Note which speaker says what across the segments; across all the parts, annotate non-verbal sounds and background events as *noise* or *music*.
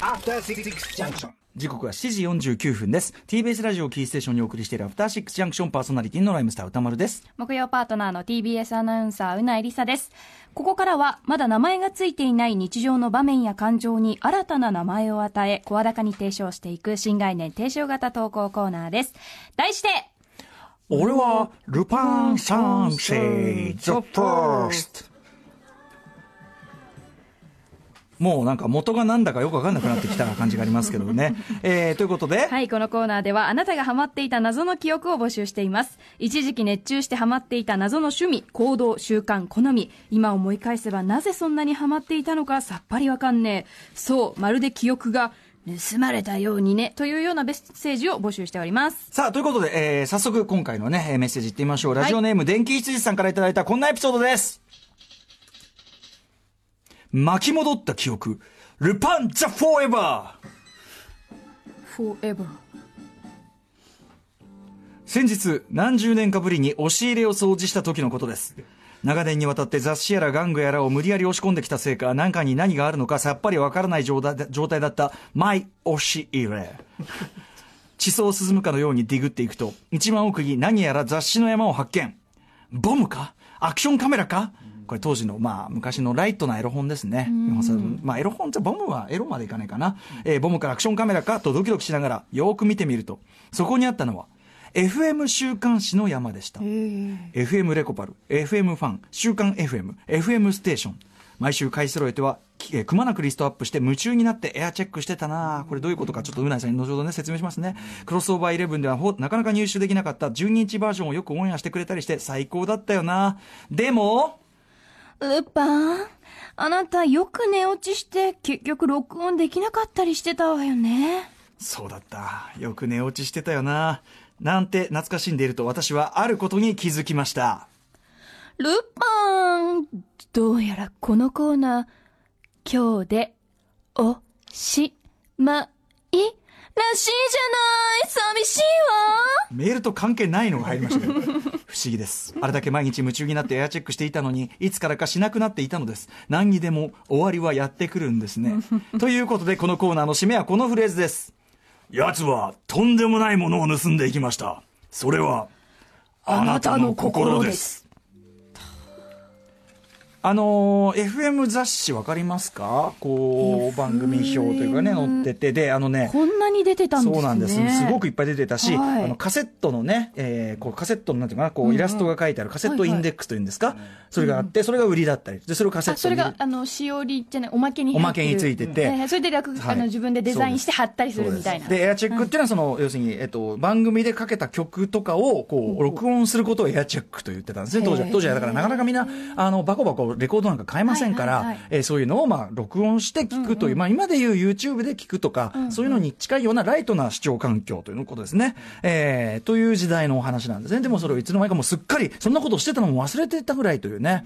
Speaker 1: After Six Junction.
Speaker 2: 時刻は7時49分です TBS ラジオキーステーションにお送りしているアフターシックスジャンクションパーソナリティのライムスター歌丸です
Speaker 3: 木曜パートナーの TBS アナウンサーうなえりさですここからはまだ名前がついていない日常の場面や感情に新たな名前を与え声高に提唱していく新概念提唱型投稿コーナーです題して
Speaker 2: 俺はルパン三世ザ・ファーストもうなんか元がなんだかよくわかんなくなってきた感じがありますけど
Speaker 3: *laughs*
Speaker 2: ね、えー、ということで、
Speaker 3: はい、このコーナーではあなたがハマっていた謎の記憶を募集しています。一時期熱中してハマっていた謎の趣味、行動、習慣、好み。今思い返せばなぜそんなにハマっていたのかさっぱりわかんねえ。そう、まるで記憶が盗まれたようにね。というようなメッセージを募集しております。
Speaker 2: さあということで、えー、早速今回のねえーメッセージいってみましょうラジオネーム、電気羊さんからいただいたこんなエピソードです巻き戻った記憶ルパン・ザ・フォーエバー
Speaker 3: Forever。
Speaker 2: 先日何十年かぶりに押し入れを掃除した時のことです長年にわたって雑誌やら玩具やらを無理やり押し込んできたせいか中に何があるのかさっぱりわからない状態状態だったマイ押し入れ地層を進むかのようにディグっていくと一番奥に何やら雑誌の山を発見ボムかアクションカメラかこれ当時の、まあ、昔のライトなエロ本ですね。まあ、エロ本ってボムはエロまでいかないかな。えーボムからアクションカメラかとドキドキしながら、よーく見てみると、そこにあったのは、FM 週刊誌の山でした。FM レコパル、FM ファン、週刊 FM、FM ステーション。毎週買い揃えては、きえーくまなくリストアップして夢中になってエアチェックしてたなあこれどういうことかちょっとうないさんに後ほどね説明しますね。クロスオーバーイレブンではほなかなか入手できなかった12インチバージョンをよくオンエアしてくれたりして最高だったよなでも、
Speaker 3: うっぱーん。あなたよく寝落ちして結局録音できなかったりしてたわよね。
Speaker 2: そうだった。よく寝落ちしてたよななんて懐かしんでいると私はあることに気づきました。
Speaker 3: ルパンどうやらこのコーナー、今日で、お、し、ま、い、らしいじゃない寂しいわ
Speaker 2: メールと関係ないのが入りましたね
Speaker 3: *laughs*
Speaker 2: 不思議ですあれだけ毎日夢中になってエアチェックしていたのにいつからかしなくなっていたのです何にでも終わりはやってくるん
Speaker 3: *laughs*
Speaker 2: ですねということでこのコーナーの締めはこのフレーズです奴はとんでもないものを盗んでいきましたそれはあなたの心ですあのー FM 雑誌わかりますかこう番組表というかね載っててであのね
Speaker 3: こんなに出てたんですね。
Speaker 2: そうなんです。すごくいっぱい出てたし、
Speaker 3: はい
Speaker 2: あのカセットのね、えーこうカセットのなんていうかな、こうイラストが書いてあるカセットインデックスというんですか、それがあって、それが売りだったり、でそれをカセッ
Speaker 3: あ、
Speaker 2: ト
Speaker 3: それ
Speaker 2: に
Speaker 3: が、あの、しおりじゃない、おまけに入
Speaker 2: お
Speaker 3: ってる
Speaker 2: まけについてて
Speaker 3: はいはいそれで略、
Speaker 2: はい
Speaker 3: あの、自分でデザインして貼ったりするみたいな。
Speaker 2: そうですでエアチェックっていうのはその、要するに、えっと、番組でかけた曲とかをこう録音することをエアチェックと言ってたんですね当時は
Speaker 3: へー
Speaker 2: 当時はだからなかなかみんなあのバコバコレコードなんか買えませんから、
Speaker 3: はいはいはい
Speaker 2: えーそういうのをまあ録音して聞くという、まあ、今でいう YouTube で聞くとか、そういうのに近いようなライトな視聴環境ということですね、えーという時代のお話なんですねでもそれをいつの間にかもうすっかりそんなことをしてたのも忘れてたぐらいというね。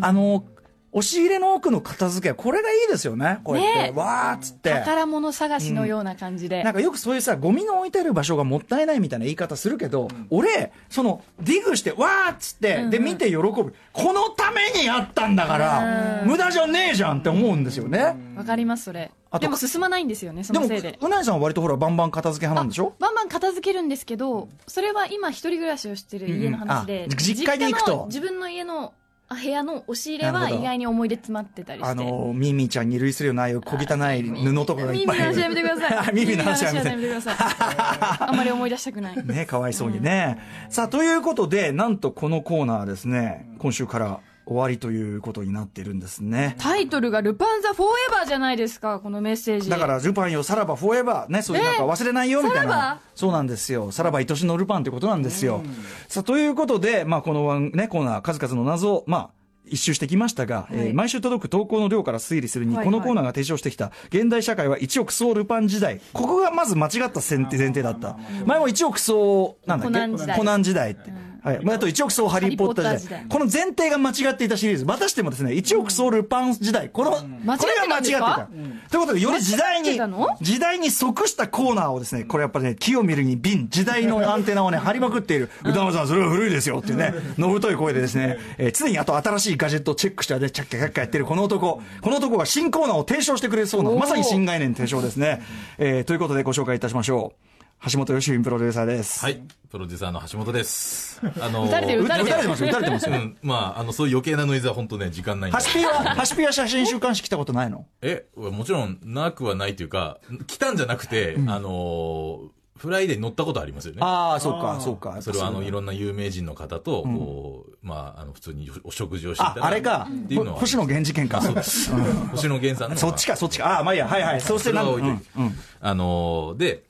Speaker 2: あの押し入れの奥の片付け、これがいいですよね。こうやって、
Speaker 3: ね
Speaker 2: わーっつって。
Speaker 3: 宝物探しのような感じで。
Speaker 2: なんかよくそういうさ、ゴミの置いてある場所がもったいないみたいな言い方するけど、俺、その、ディグして、わーっつって、で、見て喜ぶ。このためにやったんだから、無駄じゃねえじゃんって思うんですよね。
Speaker 3: わかります、それ
Speaker 2: あ。と
Speaker 3: でも進まないんですよね、そ
Speaker 2: で
Speaker 3: の
Speaker 2: も、
Speaker 3: せいで。
Speaker 2: うなぎさんは割とほら、バンバン片付け派なんでしょ
Speaker 3: あバンバン片付けるんですけど、それは今一人暮らしをしてる家の話で、
Speaker 2: うんあ実家に行くと
Speaker 3: 実の自分の家のあ部屋の押し入れ
Speaker 2: なる
Speaker 3: は
Speaker 2: ほど
Speaker 3: 意外に思い出詰まってたりして。
Speaker 2: あの、ミミちゃんに類するような、ああいう小汚い布とかがいっ
Speaker 3: 耳
Speaker 2: ぱ
Speaker 3: の
Speaker 2: い。
Speaker 3: 話やめてください。
Speaker 2: *laughs* 耳の話はやめ
Speaker 3: 耳
Speaker 2: て
Speaker 3: の。ください。 *laughs* あんまり思い出したくない。
Speaker 2: ね、かわいそうにね。さあ、ということで、なんとこのコーナーはですね、今週から終わりということになってるんですね。
Speaker 3: タイトルがルパンザフォーエバーじゃないですか、このメッセージ。
Speaker 2: だから、ルパンよ、さらば、フォーエバー、ね、そういうなんか忘れないよ、みたい
Speaker 3: さらば
Speaker 2: な。そうなんですよ。さらば、愛しのルパンってことなんですよ。さあ、ということで、まあ、このワンね、コーナー、数々の謎を、まあ、一周してきましたが、えー毎週届く投稿の量から推理するに、
Speaker 3: はい
Speaker 2: このコーナーが提唱してきた、現代社会は一億総ルパン時代。ここがまず間違った前提前提だった。前も一億総、なんだっけ
Speaker 3: コナン時代
Speaker 2: コナン時代って。はい。まあ、あと一億総ハリー・ポッター時代。
Speaker 3: ハリーポッター時代
Speaker 2: この前提が間違っていたシリーズ。またしてもですね、一億総ルパン時代。この、
Speaker 3: 間違っ
Speaker 2: これが間
Speaker 3: て
Speaker 2: 違
Speaker 3: たん
Speaker 2: っ
Speaker 3: で
Speaker 2: て
Speaker 3: す
Speaker 2: い
Speaker 3: か
Speaker 2: た。ということで、より時代
Speaker 3: 間違って
Speaker 2: に
Speaker 3: たの、
Speaker 2: 時代に即したコーナーをですね、これやっぱりね、木を見るに瓶、時代のアンテナをね、張りまくっている、歌丸さん、それは古いですよっていうね、のぶとい声でですね、えー常にあと新しいガジェットをチェックして、ね、チャッキャキャッキャやってるこの男、この男が新コーナーを提唱してくれそうな、
Speaker 3: おー
Speaker 2: まさに新概念提唱ですね。えーということでご紹介いたしましょう。橋本良文プロデューサーです。
Speaker 1: はい、プロデューサーの橋
Speaker 2: *laughs*
Speaker 1: 本です。あの
Speaker 3: 打たれてる
Speaker 2: 打たれてますよ、打たれてます
Speaker 1: う
Speaker 2: よ。
Speaker 1: ん、まあ、あの、そういう余計なノイズは本当ね、時間ないんで
Speaker 2: ハ。シピは、ハシピは写真週刊誌来たことないの
Speaker 1: え、もちろん、なくはないというか、来たんじゃなくて、あの、フライデーに乗ったことありますよね。
Speaker 2: ああ、そうか、そうか。
Speaker 1: それはあの、い
Speaker 2: 色
Speaker 1: ろんな有名人の方と、こう、まあ、あの、普通にお食事をしてい
Speaker 2: あ
Speaker 1: た、だ
Speaker 2: あれか
Speaker 1: っていうの。は。
Speaker 2: 星野源事件か。
Speaker 1: 星野源さんの。
Speaker 2: そっちか、そっちか。ああ、まあいいや、はいはい。そうして
Speaker 1: そ
Speaker 2: な
Speaker 1: れ
Speaker 2: んか、
Speaker 1: は置いといて
Speaker 2: うんうん。
Speaker 1: あのーで、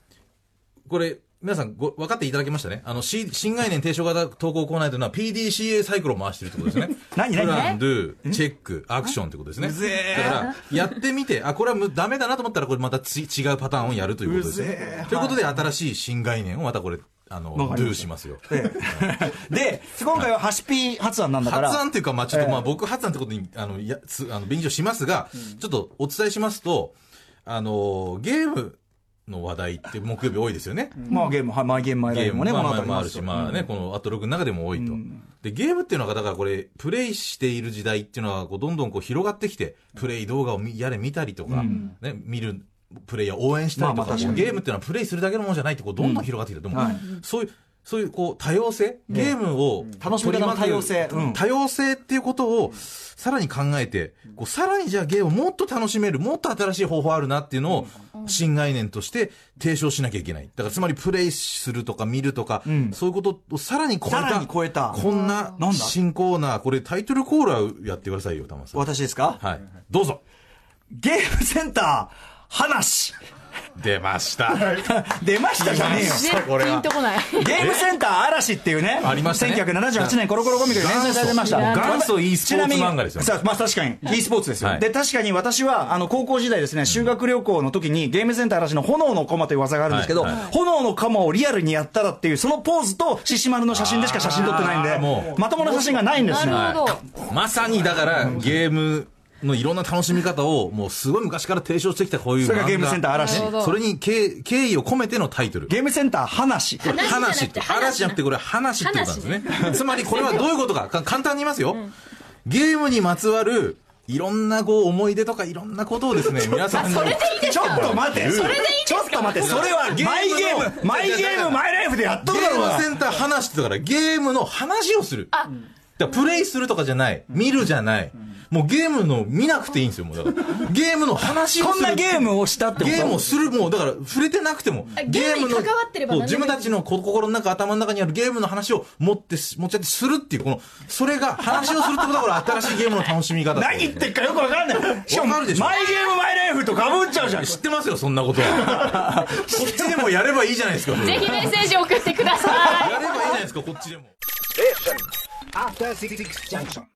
Speaker 1: これ、皆さんご分かっていただけましたね。あの、し新概念提唱型投稿コーナーというのは PDCA サイクルを回してるってことですね
Speaker 2: *laughs* 何何
Speaker 1: プラン、ドゥ、チェック、アクションってことですね。だから、やってみて、あ、これはむダメだなと思ったら、これまたち違うパターンをやるということです
Speaker 2: うぜ
Speaker 1: ね。ということで、新しい新概念をまたこれ、あの、ド
Speaker 2: わかりました
Speaker 1: ゥしますよ。
Speaker 2: ええ *laughs* で、今回はハシピ発案なんだから。
Speaker 1: 発案っていうか、まあ、ちょっと、
Speaker 2: ええ
Speaker 1: まあ、僕発案ってことに、あの、や、つ、あの、勉強しますが、ちょっとお伝えしますと、あの、ゲームの話題って木曜日多いですよね。
Speaker 2: まあゲーム、はいマイゲームマイライ
Speaker 1: ゲー
Speaker 2: ブも
Speaker 1: ム
Speaker 2: ね、
Speaker 1: まあ
Speaker 2: この
Speaker 1: まあ
Speaker 2: 後
Speaker 1: まああるし、まあね、このアトログの中でも多いと。で、ゲームっていうのは、だからこれ、プレイしている時代っていうのは、こう、どんどんこう広がってきて、プレイ動画を見やれ見たりとか、ね、見る、プレイヤーを応援したり
Speaker 2: ま
Speaker 1: と
Speaker 2: あ
Speaker 1: か、
Speaker 2: まあ確かに
Speaker 1: ゲームっていうのはプレイするだけのものじゃないって、こう、どんどん広がってきてる。でも、
Speaker 2: はい
Speaker 1: そういう、そういう、こう、多様性ゲームを、
Speaker 2: 楽しみ方の多様性うん
Speaker 1: 多様性っていうことを、さらに考えて、こう、さらにじゃあゲームをもっと楽しめる、もっと新しい方法あるなっていうのを、新概念として提唱しなきゃいけない。だから、つまりプレイするとか見るとか、
Speaker 2: ん
Speaker 1: そういうことをさらに超え
Speaker 2: さらに
Speaker 1: た、
Speaker 2: 超えた。
Speaker 1: こんな
Speaker 2: なんだ
Speaker 1: 新コーナー、これタイトルコーラーやってくださいよ、玉さん。
Speaker 2: 私ですか
Speaker 1: はい。どうぞ。
Speaker 2: ゲームセンター、話 *laughs*
Speaker 1: 出ました。
Speaker 2: 出ましたじゃねえよ。
Speaker 1: そうこれは
Speaker 3: ピンとこない。 *laughs*
Speaker 2: ゲームセンター嵐っていうね、
Speaker 1: ありましたね
Speaker 2: 1978年コロコロコミックで連載されてました。
Speaker 1: 元祖元祖 e スポーツ
Speaker 2: ちなみに
Speaker 1: 漫画ですよね
Speaker 2: さあまあ確かに、e スポーツですよ。
Speaker 1: はい
Speaker 2: で、確かに私は、あの、高校時代ですね、修学旅行の時にゲームセンター嵐の炎の駒という技があるんですけど、
Speaker 1: はいはい
Speaker 2: 炎の駒をリアルにやったらっていう、そのポーズと獅子丸の写真でしか写真撮ってないん
Speaker 1: あーも
Speaker 2: で、まともな写真がないんですね。
Speaker 3: なるほど。
Speaker 1: まさにだからゲームのいろんな楽しみ方をもうすごい昔から提唱してきたこういう
Speaker 2: それが
Speaker 1: 漫画
Speaker 2: ゲームセンター嵐
Speaker 3: なるほど
Speaker 1: それに敬敬意を込めてのタイトル。
Speaker 2: ゲームセンター話。
Speaker 1: 話って、話じゃなくてこれ話ってことなんですね。つまりこれはどういうことか、か簡単に言いますよ。ゲームにまつわるいろんなこう思い出とかいろんなことをです *laughs* ね、皆さんに。
Speaker 2: ちょっと待て。
Speaker 1: それでいい
Speaker 2: ちょっと待て。それは
Speaker 1: ゲームの
Speaker 2: マイゲーム、マイゲーム、マイライフでやっと
Speaker 1: ゲ
Speaker 2: るだろう
Speaker 1: ー
Speaker 2: が
Speaker 1: ムセンター話ってだからゲームの話をする。だからプレイするとかじゃない。見るじゃない。もうゲームの見なくていいんですよ、もうだから。ゲームの話をす
Speaker 2: こん
Speaker 1: る。
Speaker 2: なゲームをしたってこと
Speaker 1: ゲームをする、もうだから触れてなくても、
Speaker 4: ゲームに
Speaker 1: の
Speaker 4: 関わってれば
Speaker 1: こう
Speaker 4: 何で
Speaker 1: 自
Speaker 4: も
Speaker 1: 分たちのこ心の中、頭の中にあるゲームの話を持ってす、持ち合ってするっていう、この、それが、話をするってことだから、新しいゲームの楽しみ方。
Speaker 2: 何言ってっかよくわかんない。しかも、
Speaker 1: わ
Speaker 2: マイ
Speaker 1: かる
Speaker 2: ゲ
Speaker 1: で
Speaker 2: ー
Speaker 1: しょ
Speaker 2: ムマイライフとかぶっちゃうじゃん。
Speaker 1: 知ってますよ、そんなこと
Speaker 2: *laughs*
Speaker 1: は。こっちでもやればいいじゃないですか。やれ
Speaker 4: ぜ
Speaker 1: ばいい
Speaker 4: ひメッセージ送ってください
Speaker 1: じゃないですか、こっちでも。
Speaker 5: After Six Junction.